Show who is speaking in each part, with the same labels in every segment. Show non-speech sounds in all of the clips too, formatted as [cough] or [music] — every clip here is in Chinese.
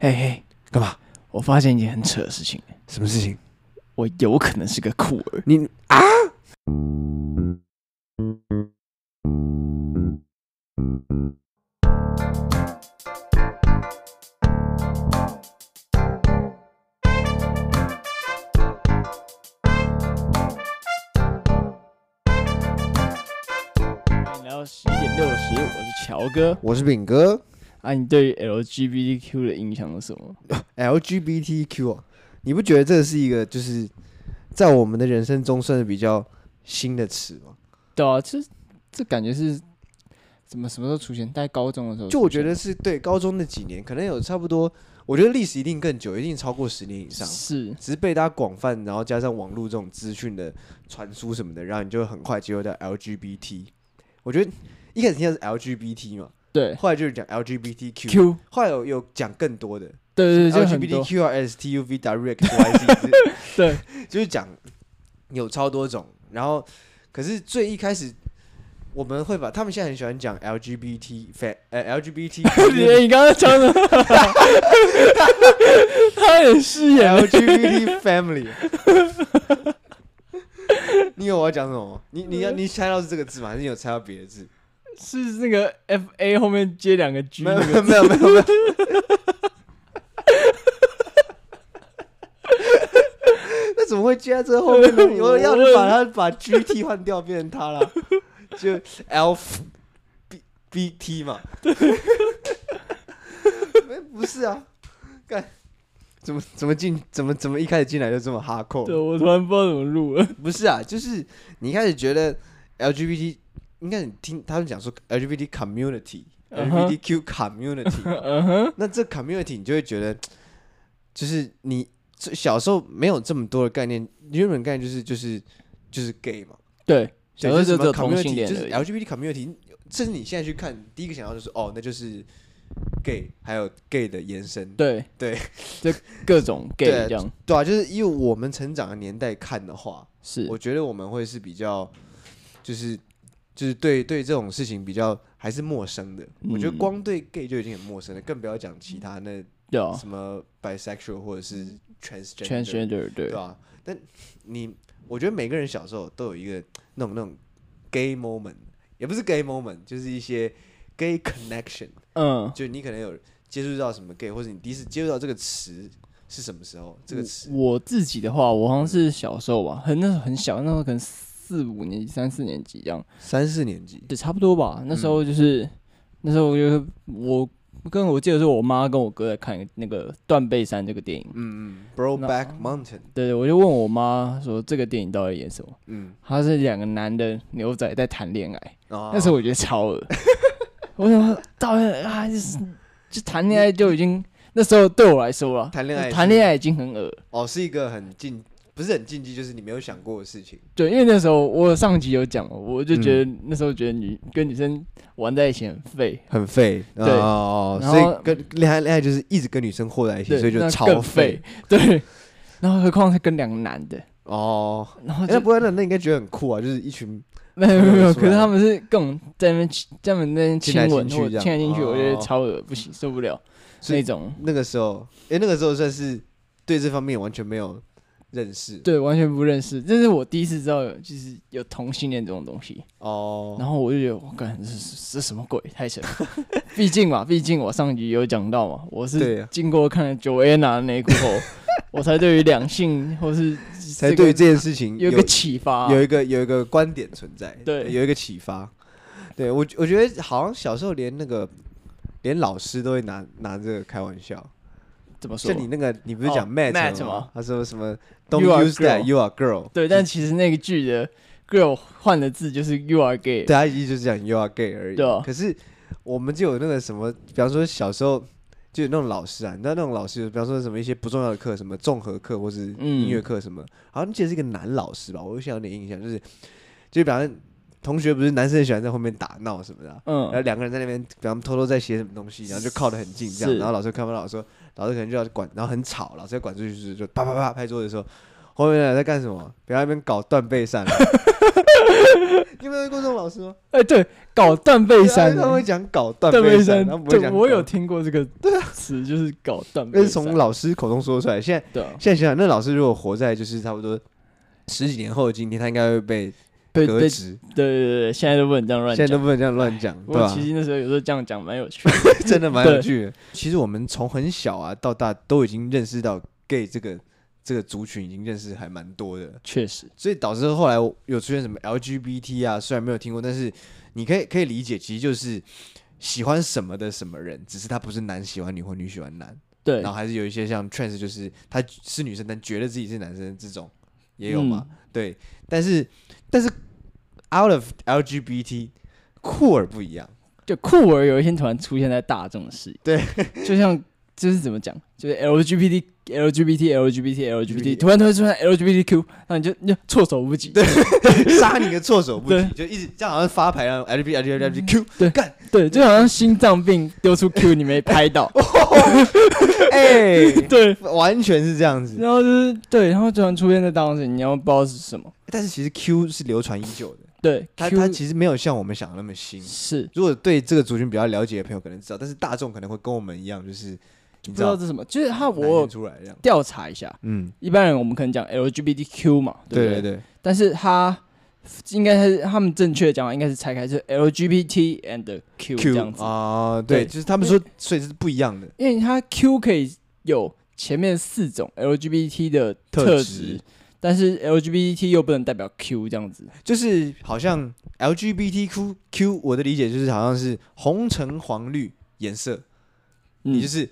Speaker 1: 嘿嘿，
Speaker 2: 干嘛？
Speaker 1: 我发现一件很扯的事情，
Speaker 2: 什么事情？
Speaker 1: 我有可能是个酷儿。
Speaker 2: 你啊？
Speaker 1: 欢迎来到十一点六十，我是乔哥。
Speaker 2: 我是饼哥
Speaker 1: 啊，你对于 LGBTQ 的印象是什么？
Speaker 2: ，LGBTQ 啊，你不觉得这是一个就是在我们的人生中算是比较新的词吗？
Speaker 1: 对啊，这这感觉是怎么什么时候出现？在高中的时候出现，
Speaker 2: 就我觉得是对高中那几年，可能有差不多，我觉得历史一定更久，一定超过十年以上。
Speaker 1: 是
Speaker 2: 只是被大家广泛，然后加上网络这种资讯的传输什么的，然后你就会很快接受到 LGBT。我觉得一开始听到是 LGBT 嘛，
Speaker 1: 对
Speaker 2: 后来就是讲 LGBTQ，
Speaker 1: Q，
Speaker 2: 后来有有讲更多的
Speaker 1: 对对对，就很多
Speaker 2: LGBTQRSTUV Direct YZ，
Speaker 1: 对，
Speaker 2: 就是讲有超多种。然后，可是最一开始我们会把他们现在很喜欢讲 LGBT fa 呃 LGBT
Speaker 1: 你你刚刚讲的， [laughs] 他也是耶，
Speaker 2: LGBT family。你有我要讲什么吗？你你要你猜到是这个字吗？还是你有猜到别的字？
Speaker 1: 是那个 F A 后面接两个 G
Speaker 2: 没有
Speaker 1: 那
Speaker 2: 没
Speaker 1: 个
Speaker 2: 有没有没有没有。 [laughs] 那怎么会接在这后 [laughs] 面呢？我要是把它把 GT 换掉，变成 [laughs] 它了，就 L B B T 嘛。 [laughs] 没不是啊，干怎么怎么进怎么怎么一开始进来就这么哈扣？
Speaker 1: 对，我突然不知道怎么录了。 [laughs]
Speaker 2: 不是啊，就是你一开始觉得 LGBT，应该你听他们讲说 LGBT community、
Speaker 1: 嗯哼
Speaker 2: LGBTQ [laughs] community，
Speaker 1: 嗯哼，
Speaker 2: 那这 community 你就会觉得，就是你这小时候没有这么多的概念，原本概念就是就是就是 gay 嘛，
Speaker 1: 对，小时候
Speaker 2: 对就
Speaker 1: 就
Speaker 2: 是什
Speaker 1: 只有
Speaker 2: 么
Speaker 1: 同性
Speaker 2: community，
Speaker 1: 恋
Speaker 2: 就
Speaker 1: 而已
Speaker 2: 是 LGBT community，甚至你现在去看，第一个想到就是哦，那就是 gay，还有 gay 的延伸，
Speaker 1: 对
Speaker 2: 对，
Speaker 1: 就各种 gay
Speaker 2: [laughs] 对
Speaker 1: 这样
Speaker 2: 对啊，就是因为我们成长的年代看的话，
Speaker 1: 是
Speaker 2: 我觉得我们会是比较，就是就是对对这种事情比较还是陌生的。我觉得
Speaker 1: 嗯
Speaker 2: 光对 gay 就已经很陌生了，更不要讲其他那
Speaker 1: 对啊
Speaker 2: 什么 bisexual 或者是 transgender，,
Speaker 1: ，transgender 对
Speaker 2: 对啊吧、但你我觉得每个人小时候都有一个那种那种 gay moment，也不是 gay moment，就是一些 gay connection，
Speaker 1: 嗯，
Speaker 2: 就你可能有接触到什么 gay，或者你第一次接触到这个词是什么时候？这个词
Speaker 1: 我我自己的话，我好像是小时候吧，很那时候很小，那时候可能四五年级、三四年级这样，
Speaker 2: 三四年级，
Speaker 1: 对，差不多吧。那时候就是、
Speaker 2: 嗯
Speaker 1: 那时候我就是我跟我记得是我妈跟我哥在看那个《断背山》这个电影，
Speaker 2: 嗯嗯，Broback Mountain，
Speaker 1: 对对，我就问我妈说这个电影到底演什么？
Speaker 2: 嗯，
Speaker 1: 他是两个男的牛仔在谈恋爱，
Speaker 2: 哦
Speaker 1: 那时候我觉得超恶，我想说到底啊，就是就谈恋爱就已经那时候对我来说啊，
Speaker 2: 谈恋爱
Speaker 1: 谈恋爱已经很恶了。
Speaker 2: 哦是一个很禁，不是很禁忌，就是你没有想过的事情。
Speaker 1: 对，因为那时候我上集有讲嘛，我就觉得那时候觉得女跟女生玩在一起很废，
Speaker 2: 很废，
Speaker 1: 对
Speaker 2: 哦，
Speaker 1: 然
Speaker 2: 所
Speaker 1: 后
Speaker 2: 以跟恋爱恋爱就是一直跟女生混在一起，
Speaker 1: 对，
Speaker 2: 所以就
Speaker 1: 那
Speaker 2: 超
Speaker 1: 更废，对。然后何况是跟两个男的，
Speaker 2: 哦。
Speaker 1: 然后
Speaker 2: 哎
Speaker 1: 就、
Speaker 2: 那不会，那那应该觉得很酷啊，就是一群
Speaker 1: 没有没有没有，
Speaker 2: 出
Speaker 1: 可
Speaker 2: 来
Speaker 1: 是他们是各种在那边亲在那边亲
Speaker 2: 亲来
Speaker 1: 吻
Speaker 2: 亲去
Speaker 1: 或
Speaker 2: 这样
Speaker 1: 亲来亲去，我觉得
Speaker 2: 哦
Speaker 1: 超恶不行，受不了
Speaker 2: 所以
Speaker 1: 那种，
Speaker 2: 那个时候，哎、那个时候算是对这方面完全没有认识
Speaker 1: 对，完全不认识，这是我第一次知道有就是有同性恋这种东西，
Speaker 2: 哦。
Speaker 1: 然后我就觉得我感这是这什么鬼，太扯了， [laughs] 毕竟嘛，毕竟我上集有讲到嘛，我是
Speaker 2: 对啊，
Speaker 1: 经过看了 Joanna 的内裤后，
Speaker 2: [laughs]
Speaker 1: 我才对于两性或是
Speaker 2: 才
Speaker 1: 这
Speaker 2: 对于
Speaker 1: 个
Speaker 2: 这件事情
Speaker 1: 有一个启发、
Speaker 2: 有一个有一个观点存在，
Speaker 1: 对
Speaker 2: 有一个启发。对我我觉得好像小时候连那个连老师都会拿拿这个开玩笑，
Speaker 1: 怎么说
Speaker 2: 像？你那个你不是
Speaker 1: 哦
Speaker 2: 讲 mat
Speaker 1: mat 吗
Speaker 2: 吗？他说什么 don't
Speaker 1: You are
Speaker 2: use that
Speaker 1: girl
Speaker 2: you are girl，
Speaker 1: 对，但其实那个剧的 girl 换的字就是 you are gay，
Speaker 2: 对他意思就是讲 you are gay 而已。
Speaker 1: 对啊
Speaker 2: 可是我们就有那个什么，比方说小时候。就有那种老师啊，你知道那种老师，比方说什么一些不重要的课，什么综合课或是
Speaker 1: 嗯
Speaker 2: 音乐课什么，好像记得是一个男老师吧，我有想有点印象，就是就比方说同学不是男生很喜欢在后面打闹什么的啊、然后
Speaker 1: 嗯，
Speaker 2: 两个人在那边，比方偷偷在写什么东西，然后就靠得很近这样，
Speaker 1: 是
Speaker 2: 然后老师看不到，老师说老师可能就要管，然后很吵，老师要管出去就是就啪啪啪拍桌子说，黄伟南在干什么？不要在那边搞断背
Speaker 1: [laughs]
Speaker 2: 山了。你有没有遇过这种老师吗？
Speaker 1: 哎、对，搞断背山
Speaker 2: 对啊他
Speaker 1: 的
Speaker 2: 会，讲搞断
Speaker 1: 断
Speaker 2: 背
Speaker 1: 背
Speaker 2: 山，
Speaker 1: 山
Speaker 2: 他不，会
Speaker 1: 对，
Speaker 2: 讲。啊
Speaker 1: 我有，听过这个词，就是搞断
Speaker 2: 那
Speaker 1: 背
Speaker 2: 是
Speaker 1: 山
Speaker 2: 从。老师口中说出来。现在
Speaker 1: 对啊，
Speaker 2: 现在想想，那老师如果活在就是差不多十几年后的今天，他应该会被
Speaker 1: 被
Speaker 2: 革
Speaker 1: 被
Speaker 2: 职。
Speaker 1: 对对对对，现在都不能这样乱
Speaker 2: 现在
Speaker 1: 讲
Speaker 2: 都。不能这样乱讲，
Speaker 1: 不
Speaker 2: 对啊
Speaker 1: 过
Speaker 2: 吧
Speaker 1: 其？实那时候有时候这样讲蛮有趣的。
Speaker 2: [laughs] 真的蛮有
Speaker 1: 对
Speaker 2: 趣的。其实我们从很小啊到大都已经认识到 gay 这个这个族群，已经认识还蛮多的。
Speaker 1: 确实，
Speaker 2: 所以导致后来我有出现什么 LGBT 啊，虽然没有听过，但是你可以可以理解，其实就是喜欢什么的什么人，只是他不是男喜欢女或女喜欢男，
Speaker 1: 对
Speaker 2: 然后还是有一些像 trans，就是他是女生但觉得自己是男生这种也有
Speaker 1: 嗯
Speaker 2: 嘛，对，但是但是 out of LGBT 酷儿不一样，
Speaker 1: 就酷儿有一天突然出现在大众视野，
Speaker 2: 对，
Speaker 1: 就像就是怎么讲，就是 LGBT LGBT LGBT
Speaker 2: LGBT
Speaker 1: LGBT，突然突然出现 LGBTQ，那你就你就措手不及，对 [laughs]
Speaker 2: 杀你个措手不及，就一直这样好像发牌啊，LGBT LGBT Q，
Speaker 1: 对，就好像心脏病丢出 Q 你没拍
Speaker 2: [laughs]
Speaker 1: 到，嗯
Speaker 2: 哎，
Speaker 1: [laughs] 对，
Speaker 2: 完全是这样子。
Speaker 1: 然后就是对，然后突然出现在大众视野，你要不知道是什么，
Speaker 2: 但是其实 Q 是流传已久的。
Speaker 1: 对
Speaker 2: 它它
Speaker 1: ，Q
Speaker 2: 其实没有像我们想的那么新。
Speaker 1: 是
Speaker 2: 如果对这个族群比较了解的朋友可能知道，但是大众可能会跟我们一样，就是你
Speaker 1: 不
Speaker 2: 知
Speaker 1: 知道
Speaker 2: 道
Speaker 1: 这是什么，就是他
Speaker 2: 难
Speaker 1: 我
Speaker 2: 念出来这样，
Speaker 1: 调查一下，
Speaker 2: 嗯，
Speaker 1: 一般人我们可能讲 LGBTQ 嘛，对不
Speaker 2: 对对对，
Speaker 1: 但是它应该是他们正确的讲法应该是拆开是 LGBT and Q 这样子，
Speaker 2: 啊，对，
Speaker 1: 对
Speaker 2: 就是他们说，所以是不一样的。
Speaker 1: 因为它 Q 可以有前面四种 LGBT 的
Speaker 2: 特
Speaker 1: 特
Speaker 2: 质
Speaker 1: 质，但是 LGBT 又不能代表 Q 这样子，
Speaker 2: 就是好像 LGBTQ Q，我的理解就是好像是红橙黄绿颜色，你
Speaker 1: 嗯
Speaker 2: 就，是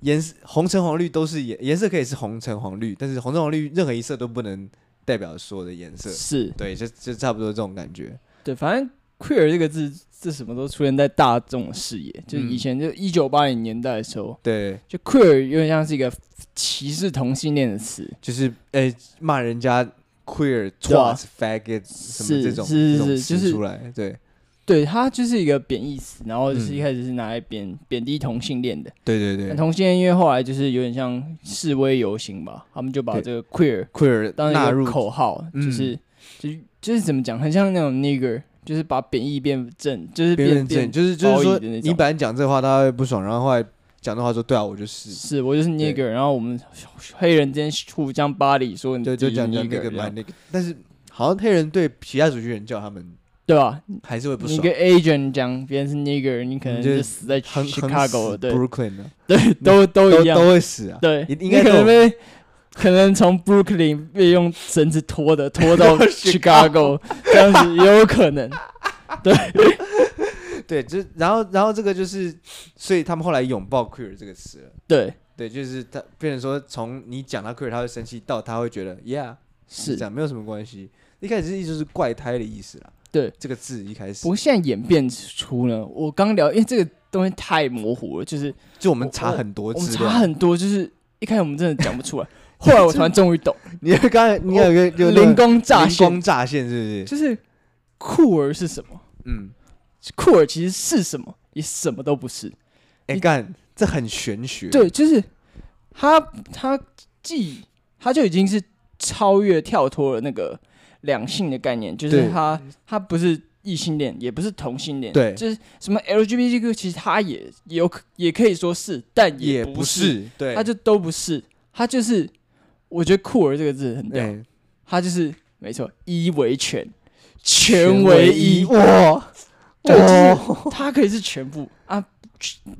Speaker 2: 颜色红橙黄绿都是颜颜色可以是红橙黄绿，但是红橙黄绿任何一色都不能代表所有的颜色。
Speaker 1: 是
Speaker 2: 对，就就差不多这种感觉。
Speaker 1: 对，反正 queer 这个字这什么都出现在大众视野，就是以前就一九八零年代的时候，
Speaker 2: 对，
Speaker 1: 就 queer 有点像是一个歧视同性恋的词，
Speaker 2: 就是诶骂、人家 queer、
Speaker 1: 对啊
Speaker 2: twat、faggot 什么
Speaker 1: 是
Speaker 2: 这种
Speaker 1: 是
Speaker 2: 这种
Speaker 1: 是就
Speaker 2: 词
Speaker 1: 是
Speaker 2: 出来，对
Speaker 1: 对，它就是一个贬义词，然后就是
Speaker 2: 嗯
Speaker 1: 一开始是拿来贬贬低同性恋的。
Speaker 2: 对对
Speaker 1: 那
Speaker 2: 对
Speaker 1: 同性恋因为后来就是有点像示威游行吧，他们就把
Speaker 2: 对
Speaker 1: 这个 queer
Speaker 2: ，queer
Speaker 1: 当
Speaker 2: 纳
Speaker 1: 一
Speaker 2: 入
Speaker 1: 个口号，
Speaker 2: 嗯
Speaker 1: 就是就是就是怎么讲，很像那种 nigger，就是把贬义变正，就是
Speaker 2: 边
Speaker 1: 变
Speaker 2: 缘
Speaker 1: 变
Speaker 2: 症，就是就是
Speaker 1: 褒
Speaker 2: 说
Speaker 1: 义的那
Speaker 2: 你
Speaker 1: 种
Speaker 2: 本来讲这话他会不爽，然后后来讲这话说对啊，我就是，
Speaker 1: 是我就是 nigger，然后我们黑人之间互相巴里说你
Speaker 2: 对，
Speaker 1: 自
Speaker 2: 就
Speaker 1: 己嗯是
Speaker 2: 讲讲那
Speaker 1: nigger，
Speaker 2: 个
Speaker 1: 这样
Speaker 2: 蛮那个，但是好像黑人对其他族群人叫他们
Speaker 1: 对吧？
Speaker 2: 还是会不
Speaker 1: 你
Speaker 2: 爽
Speaker 1: 跟，Asian 讲别人是 nigger，你可能
Speaker 2: 你就
Speaker 1: 就死在
Speaker 2: 很很
Speaker 1: Chicago，
Speaker 2: 死
Speaker 1: 对
Speaker 2: Brooklyn 呢
Speaker 1: 对，都都
Speaker 2: 都
Speaker 1: 一样，
Speaker 2: 都会死啊，
Speaker 1: 对，
Speaker 2: 一
Speaker 1: 你
Speaker 2: 应该
Speaker 1: 可
Speaker 2: 都
Speaker 1: 能被可能从 Brooklyn 被用绳子拖的，拖到
Speaker 2: [laughs] Chicago
Speaker 1: Chicago 这样子也有可
Speaker 2: [laughs]
Speaker 1: 能。
Speaker 2: 对，就然后然后这个就是，所以他们后来拥抱 queer 这个词了。
Speaker 1: 对，
Speaker 2: 对，就是他变成说，从你讲他 queer，他会生气，到他会觉得 yeah
Speaker 1: 是
Speaker 2: 这样，没有什么关系。一开始是意思就是怪胎的意思啦。
Speaker 1: 对，
Speaker 2: 这个字一开始
Speaker 1: 不过现在演变出呢，我刚聊，因为这个东西太模糊了，就是
Speaker 2: 就我们
Speaker 1: 我
Speaker 2: 查很多
Speaker 1: 我们
Speaker 2: 资
Speaker 1: 查
Speaker 2: 料，
Speaker 1: 很多，就是一开始我们真的讲不出来，
Speaker 2: [laughs]
Speaker 1: 后来我突然终于懂，
Speaker 2: 你看刚才你有一个有那个
Speaker 1: 灵光乍
Speaker 2: 灵光
Speaker 1: 现，
Speaker 2: 乍现是不是？
Speaker 1: 就是酷儿是什么？
Speaker 2: 嗯，
Speaker 1: 酷儿其实是什么？也什么都不是。
Speaker 2: 哎
Speaker 1: 你
Speaker 2: 干，这很玄学。
Speaker 1: 对，就是他他既他就已经是超越跳脱了那个两性的概念，就
Speaker 2: 对
Speaker 1: 是他他不是异性恋，也不是同性恋，
Speaker 2: 对
Speaker 1: 就是什么 LGBTQ，其实他也也有可也可以说是，但
Speaker 2: 也
Speaker 1: 不
Speaker 2: 不，是，对，
Speaker 1: 他就都不是，他就是我觉得酷儿这个字很屌，
Speaker 2: 对
Speaker 1: 他就是没错，一为全，全为一，
Speaker 2: 哇
Speaker 1: 对，就
Speaker 2: 哇，
Speaker 1: 是他可以是全部啊，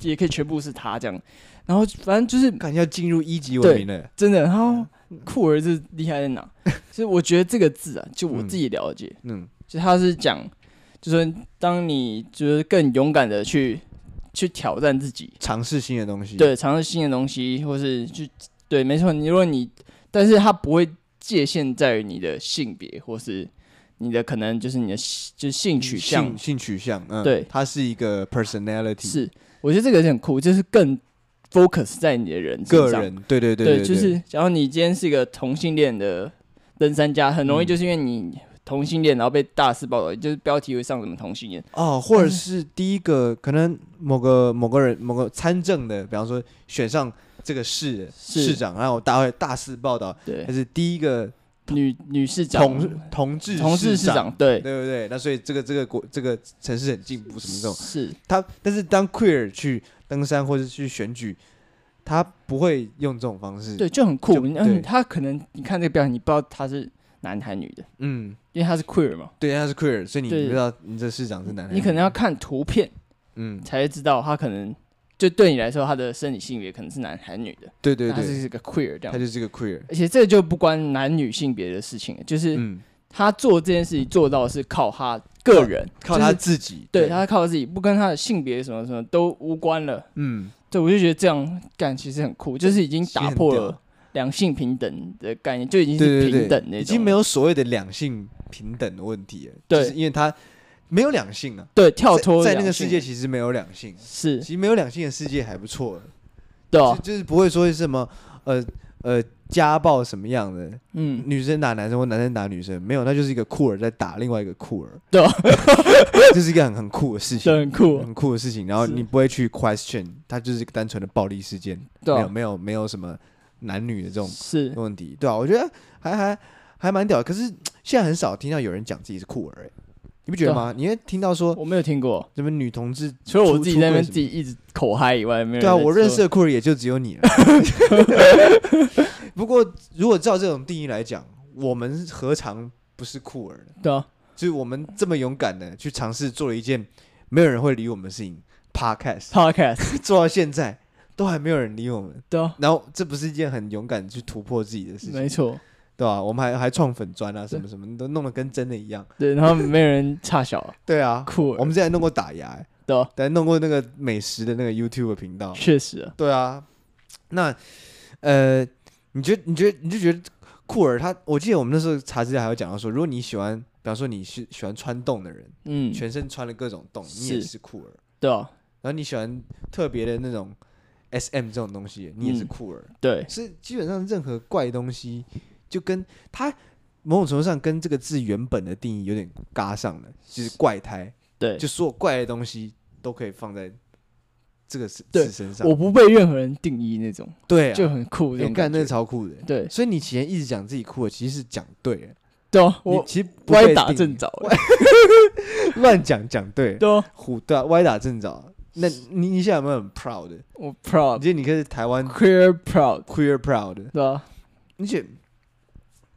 Speaker 1: 也可以全部是他这样，然后反正就是
Speaker 2: 感觉要进入一级文
Speaker 1: 对
Speaker 2: 明了。
Speaker 1: 真的，然后
Speaker 2: 嗯
Speaker 1: 酷儿是厉害在哪？ [laughs] 就是我觉得这个字啊，就我自己了解，
Speaker 2: 嗯，
Speaker 1: 就他是讲，就是当你就是更勇敢的去去挑战自己，
Speaker 2: 尝试新的东西。
Speaker 1: 对，尝试新的东西，或是去对，没错，你如果你，但是它不会界限在于你的性别，或是你的可能就是你的性就是性取向
Speaker 2: 性，性取向，嗯，
Speaker 1: 对
Speaker 2: 它是一个 personality，
Speaker 1: 是，我觉得这个是很酷，就是更 focus 在你的人身
Speaker 2: 个
Speaker 1: 上。
Speaker 2: 人，对对对对，
Speaker 1: 就是假如你今天是一个同性恋的登山家，很容易
Speaker 2: 嗯
Speaker 1: 就是因为你同性恋，然后被大肆报道，就是标题会上什么同性恋，
Speaker 2: 哦，或者是第一个
Speaker 1: 嗯
Speaker 2: 可能某个某个人某个参政的，比方说选上这个市
Speaker 1: 是
Speaker 2: 市长，然后大会大肆报道，
Speaker 1: 对
Speaker 2: 他是第一个
Speaker 1: 女女市长、
Speaker 2: 同同志
Speaker 1: 同事市
Speaker 2: 长，
Speaker 1: 长，对，
Speaker 2: 对不对？那所以这个这个国这个城市很进步，什么这种。
Speaker 1: 是
Speaker 2: 他但是当 queer 去登山或者去选举，他不会用这种方式。
Speaker 1: 对，，就很酷
Speaker 2: 就。对
Speaker 1: 嗯，他可能你看这个表演，你不知道他是男还女的，
Speaker 2: 嗯，
Speaker 1: 因为他是 queer 嘛，
Speaker 2: 对，他是 queer，所以你
Speaker 1: 对
Speaker 2: 不知道你这市长是男的还是女的。
Speaker 1: 你可能要看图片
Speaker 2: 嗯，
Speaker 1: 才会知道他可能就对你来说他的生理性别可能是男还女的，
Speaker 2: 对对
Speaker 1: 但他
Speaker 2: 对，
Speaker 1: 是个 queer 这
Speaker 2: 他
Speaker 1: 样。
Speaker 2: 就是个 queer。
Speaker 1: 而且这就不关男女性别的事情了，就是
Speaker 2: 嗯，
Speaker 1: 他做这件事情做到的是靠他个人，
Speaker 2: 靠
Speaker 1: 就是
Speaker 2: 他自己。
Speaker 1: 对，他靠自己，不跟他的性别什么什么都无关了。
Speaker 2: 嗯，
Speaker 1: 对，我就觉得这样干其实很酷，就是已经打破
Speaker 2: 其实很
Speaker 1: 了
Speaker 2: 屌
Speaker 1: 两性平等的概念，就已经是
Speaker 2: 对
Speaker 1: 平
Speaker 2: 对
Speaker 1: 等那种，
Speaker 2: 对，已经没有所谓的两性平等的问题了。
Speaker 1: 对
Speaker 2: 就是因为他没有两性啊，
Speaker 1: 对跳
Speaker 2: 在
Speaker 1: 脱
Speaker 2: 在那
Speaker 1: 两
Speaker 2: 个
Speaker 1: 性
Speaker 2: 世界其实没有两性，啊
Speaker 1: 是
Speaker 2: 其实没有两性的世界还不错了。
Speaker 1: 对啊
Speaker 2: 就，就是不会说是什么呃呃家暴什么样的，
Speaker 1: 嗯，
Speaker 2: 女生打男生或男生打女生，没有，那就是一个酷儿在打另外一个酷儿，
Speaker 1: 对
Speaker 2: [laughs]
Speaker 1: 啊，
Speaker 2: 这是一个很很酷的事情
Speaker 1: 这，很酷，
Speaker 2: 很酷的事情。然后
Speaker 1: 是
Speaker 2: 你不会去 question，它就是一个单纯的暴力事件，
Speaker 1: 对
Speaker 2: 没有
Speaker 1: 啊，
Speaker 2: 没有没有什么男女的这种
Speaker 1: 是
Speaker 2: 问题，对啊，我觉得还还还蛮屌的，可是现在很少听到有人讲自己是酷儿、欸，你不觉得吗？你会听到说
Speaker 1: 我没有听过，
Speaker 2: 什么女同志出，
Speaker 1: 除了啊我自己在那边
Speaker 2: 出
Speaker 1: 自
Speaker 2: 柜什么
Speaker 1: 己一直口嗨以外，没有人
Speaker 2: 对啊，
Speaker 1: 在
Speaker 2: 我认
Speaker 1: 说
Speaker 2: 识的酷儿也就只有你了。 [laughs] 不过，如果照这种定义来讲，我们何尝不是酷儿呢？
Speaker 1: 对啊，
Speaker 2: 就是我们这么勇敢的去尝试做了一件没有人会理我们的事情，podcast，
Speaker 1: podcast，
Speaker 2: 做到现在都还没有人理我们。
Speaker 1: 对啊，
Speaker 2: 然后这不是一件很勇敢去突破自己的事情，
Speaker 1: 没错，
Speaker 2: 对吧、我们还还创粉砖啊，什么什么都弄得跟真的一样。
Speaker 1: 对，然后没有人差小，
Speaker 2: 对啊，
Speaker 1: 酷
Speaker 2: 我
Speaker 1: 欸，
Speaker 2: 们之前弄过打牙、欸，
Speaker 1: 对啊，
Speaker 2: 但弄过那个美食的那个 YouTube 频道，
Speaker 1: 确实啊，
Speaker 2: 对啊，那呃，你觉得你觉得你就觉得酷儿他，我记得我们那时候查资料还有讲到说，如果你喜欢，比方说你是喜欢穿洞的人，
Speaker 1: 嗯，
Speaker 2: 全身穿了各种洞，你也
Speaker 1: 是
Speaker 2: 是酷儿。
Speaker 1: 对啊，
Speaker 2: 然后你喜欢特别的那种 S M 这种东西，你也是
Speaker 1: 嗯
Speaker 2: 酷儿。
Speaker 1: 对，
Speaker 2: 是基本上任何怪东西，就跟它某种程度上跟这个字原本的定义有点搭上了，就是怪胎，
Speaker 1: 对，
Speaker 2: 就所有怪的东西都可以放在这个字
Speaker 1: 对
Speaker 2: 字身上
Speaker 1: 我。不被任何人定义那种，
Speaker 2: 对啊，
Speaker 1: 就很酷这
Speaker 2: 你
Speaker 1: 种
Speaker 2: 干
Speaker 1: 感
Speaker 2: 那
Speaker 1: 觉，
Speaker 2: 超酷的欸。
Speaker 1: 对，
Speaker 2: 所以你以前一直讲自己酷的，其实是讲对了，
Speaker 1: 对啊，
Speaker 2: 你
Speaker 1: 我
Speaker 2: 其实不
Speaker 1: 歪
Speaker 2: 被
Speaker 1: 打
Speaker 2: 定
Speaker 1: 正
Speaker 2: 义，
Speaker 1: 着欸，
Speaker 2: 乱讲讲对了，
Speaker 1: 对啊，
Speaker 2: 虎对啊，歪打正着。那你你现在有没有很 proud 的？
Speaker 1: 我
Speaker 2: 你
Speaker 1: proud
Speaker 2: 觉得你可以是台湾
Speaker 1: queer proud，
Speaker 2: queer proud 的？
Speaker 1: 对啊，
Speaker 2: 而且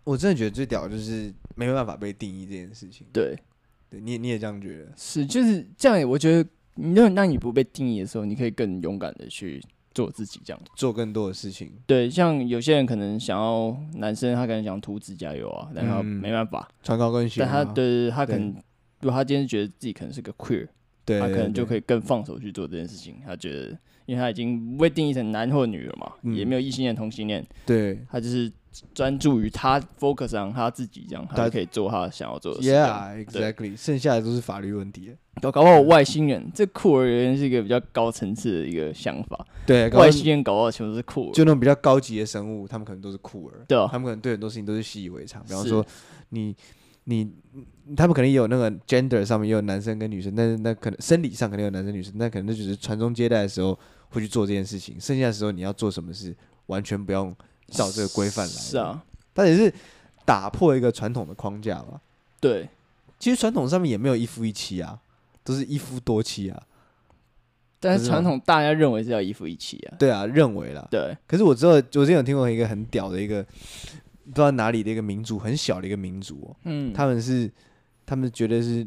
Speaker 2: 我真的觉得最屌的就是没有办法被定义这件事情。
Speaker 1: 对，
Speaker 2: 对，你也你也这样觉得？
Speaker 1: 是就是这样，我觉得你让让你不被定义的时候，你可以更勇敢的去做自己，这样。
Speaker 2: 做更多的事情，
Speaker 1: 对，像有些人可能想要男生，他可能想涂指甲油啊，但他
Speaker 2: 嗯
Speaker 1: 没办法，
Speaker 2: 穿高跟鞋
Speaker 1: 但
Speaker 2: 啊，
Speaker 1: 他对对对，他可
Speaker 2: 对
Speaker 1: 能如果他今天觉得自己可能是个 queer，
Speaker 2: 对，
Speaker 1: 他可能就可
Speaker 2: 以。
Speaker 1: 以更放手去做这件事情。他觉得，因为他已经不被定义成男或女了嘛，
Speaker 2: 嗯
Speaker 1: 也没有异性恋、同性恋，
Speaker 2: 对
Speaker 1: 他就是专注于他 focus on 他自己，这样他
Speaker 2: 对
Speaker 1: 就可以做他想要做的事。对
Speaker 2: ，Yeah, exactly。剩下的都是法律问题。
Speaker 1: 搞搞不好有外星人，这酷儿原来是一个比较高层次的一个想法，
Speaker 2: 对，哎搞不好
Speaker 1: 外星人搞不好全部都是酷儿。
Speaker 2: 就那种比较高级的生物，他们可能都是酷儿，
Speaker 1: 对啊
Speaker 2: 他们可能对很多事情都是习以为常。比方
Speaker 1: 是
Speaker 2: 说你，你他们可能也有那个 gender 上面也有男生跟女生，但是那可能生理上可能有男生女生，但可能那只是传宗接代的时候会去做这件事情，剩下的时候你要做什么事，完全不用照这个规范来。
Speaker 1: 是，啊，
Speaker 2: 但也是打破一个传统的框架吧。
Speaker 1: 对，
Speaker 2: 其实传统上面也没有一夫一妻啊，都是一夫多妻啊。
Speaker 1: 但
Speaker 2: 不
Speaker 1: 是
Speaker 2: 是吗
Speaker 1: 传统大家认为是要一夫一妻啊。
Speaker 2: 对啊，认为啦。
Speaker 1: 对，
Speaker 2: 可是我知道，我之前有听过一个很屌的一个，不知道哪里的一个民族，很小的一个民族、哦，
Speaker 1: 嗯，
Speaker 2: 他们是他们觉得是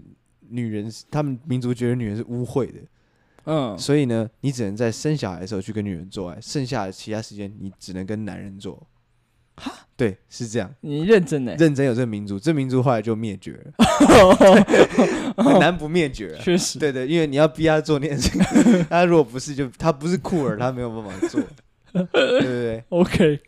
Speaker 2: 女人是，他们民族觉得女人是污秽的，
Speaker 1: 嗯
Speaker 2: 所以呢，你只能在生小孩的时候去跟女人做爱，剩下的其他时间你只能跟男人做。哈，对，是这样。
Speaker 1: 你认真呢？
Speaker 2: 认真有这个民族，这民族后来就灭绝
Speaker 1: [laughs]
Speaker 2: 了，很难不灭绝啊、
Speaker 1: 确实，
Speaker 2: 对对，因为你要逼他做那件事情， [laughs] 他如果不是就他不是酷儿，他没有办法做，对不对？
Speaker 1: OK，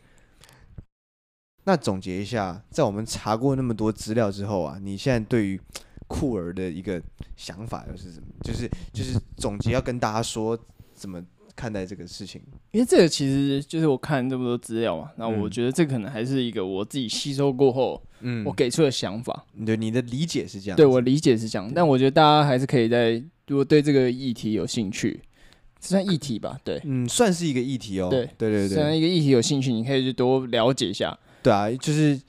Speaker 2: 那总结一下，在我们查过那么多资料之后啊，你现在对于酷儿的一个想法又是什么？就是就是总结要跟大家说怎么看待这个事情。
Speaker 1: 因为这个其实就是我看这么多资料嘛，那
Speaker 2: 嗯
Speaker 1: 我觉得这可能还是一个我自己吸收过后
Speaker 2: 嗯
Speaker 1: 我给出的想法。
Speaker 2: 对你的理解是这样子。
Speaker 1: 对我理解是这样，但我觉得大家还是可以在如果对这个议题有兴趣，这算议题吧？对，
Speaker 2: 嗯，算是一个议题哦。
Speaker 1: 对
Speaker 2: 对对
Speaker 1: 虽然
Speaker 2: 对，
Speaker 1: 一个议题有兴趣，你可以去多了解一下。
Speaker 2: 对啊，就是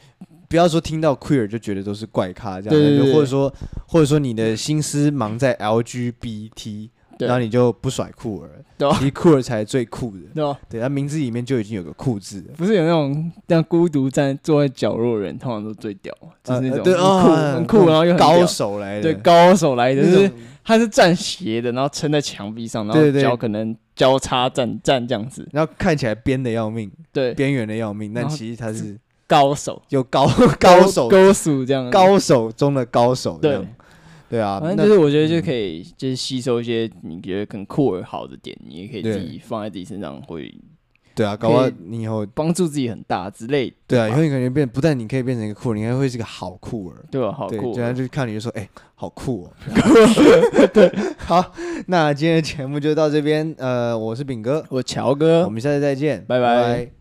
Speaker 2: 不要说听到 queer 就觉得都是怪咖这样，
Speaker 1: 对对
Speaker 2: 就
Speaker 1: 对
Speaker 2: 或者说或者说你的心思忙在 LGBT，
Speaker 1: 对
Speaker 2: 然后你就不甩酷儿
Speaker 1: 对，
Speaker 2: 其实酷儿才是最酷的。
Speaker 1: 对吧？
Speaker 2: 对，他名字里面就已经有个酷字了。
Speaker 1: 不是有那种像孤独站坐在角落的人，通常都最屌嘛，就是那
Speaker 2: 呃
Speaker 1: 种
Speaker 2: 对
Speaker 1: 很酷、
Speaker 2: 啊
Speaker 1: 很酷，然后又很屌
Speaker 2: 高手来的，
Speaker 1: 对高手来的，
Speaker 2: 那
Speaker 1: 就是
Speaker 2: 种
Speaker 1: 他是站斜的，然后撑在墙壁上，然后
Speaker 2: 对对
Speaker 1: 脚可能交叉站站这样子，
Speaker 2: 然后看起来边的要命，
Speaker 1: 对，
Speaker 2: 边缘的要命，但
Speaker 1: 然后
Speaker 2: 其实他是
Speaker 1: 高手
Speaker 2: 有高 [laughs] 高手
Speaker 1: 高手这样子，
Speaker 2: 高手中的高手这
Speaker 1: 对
Speaker 2: 样。，对啊，
Speaker 1: 反正
Speaker 2: 那
Speaker 1: 就是我觉得就可以就是吸收一些你觉得更酷而好的点，你也可以
Speaker 2: 对
Speaker 1: 自己放在自己身上，会
Speaker 2: 对啊，搞不好
Speaker 1: 可以
Speaker 2: 你以后
Speaker 1: 帮助自己很大之类，
Speaker 2: 对啊，以
Speaker 1: 吧
Speaker 2: 后你可能变，不但你可以变成一个酷儿，你还会是个好酷儿。
Speaker 1: 对吧？好
Speaker 2: 对，
Speaker 1: 酷
Speaker 2: 人
Speaker 1: 哦，
Speaker 2: 家就看你就说，哎、好
Speaker 1: [laughs]
Speaker 2: 酷哦。 [laughs] 这样对，好，那今天的节目就到这边。呃，我是炳哥，
Speaker 1: 我乔哥
Speaker 2: 我，们下次再见，
Speaker 1: 嗯拜拜
Speaker 2: 拜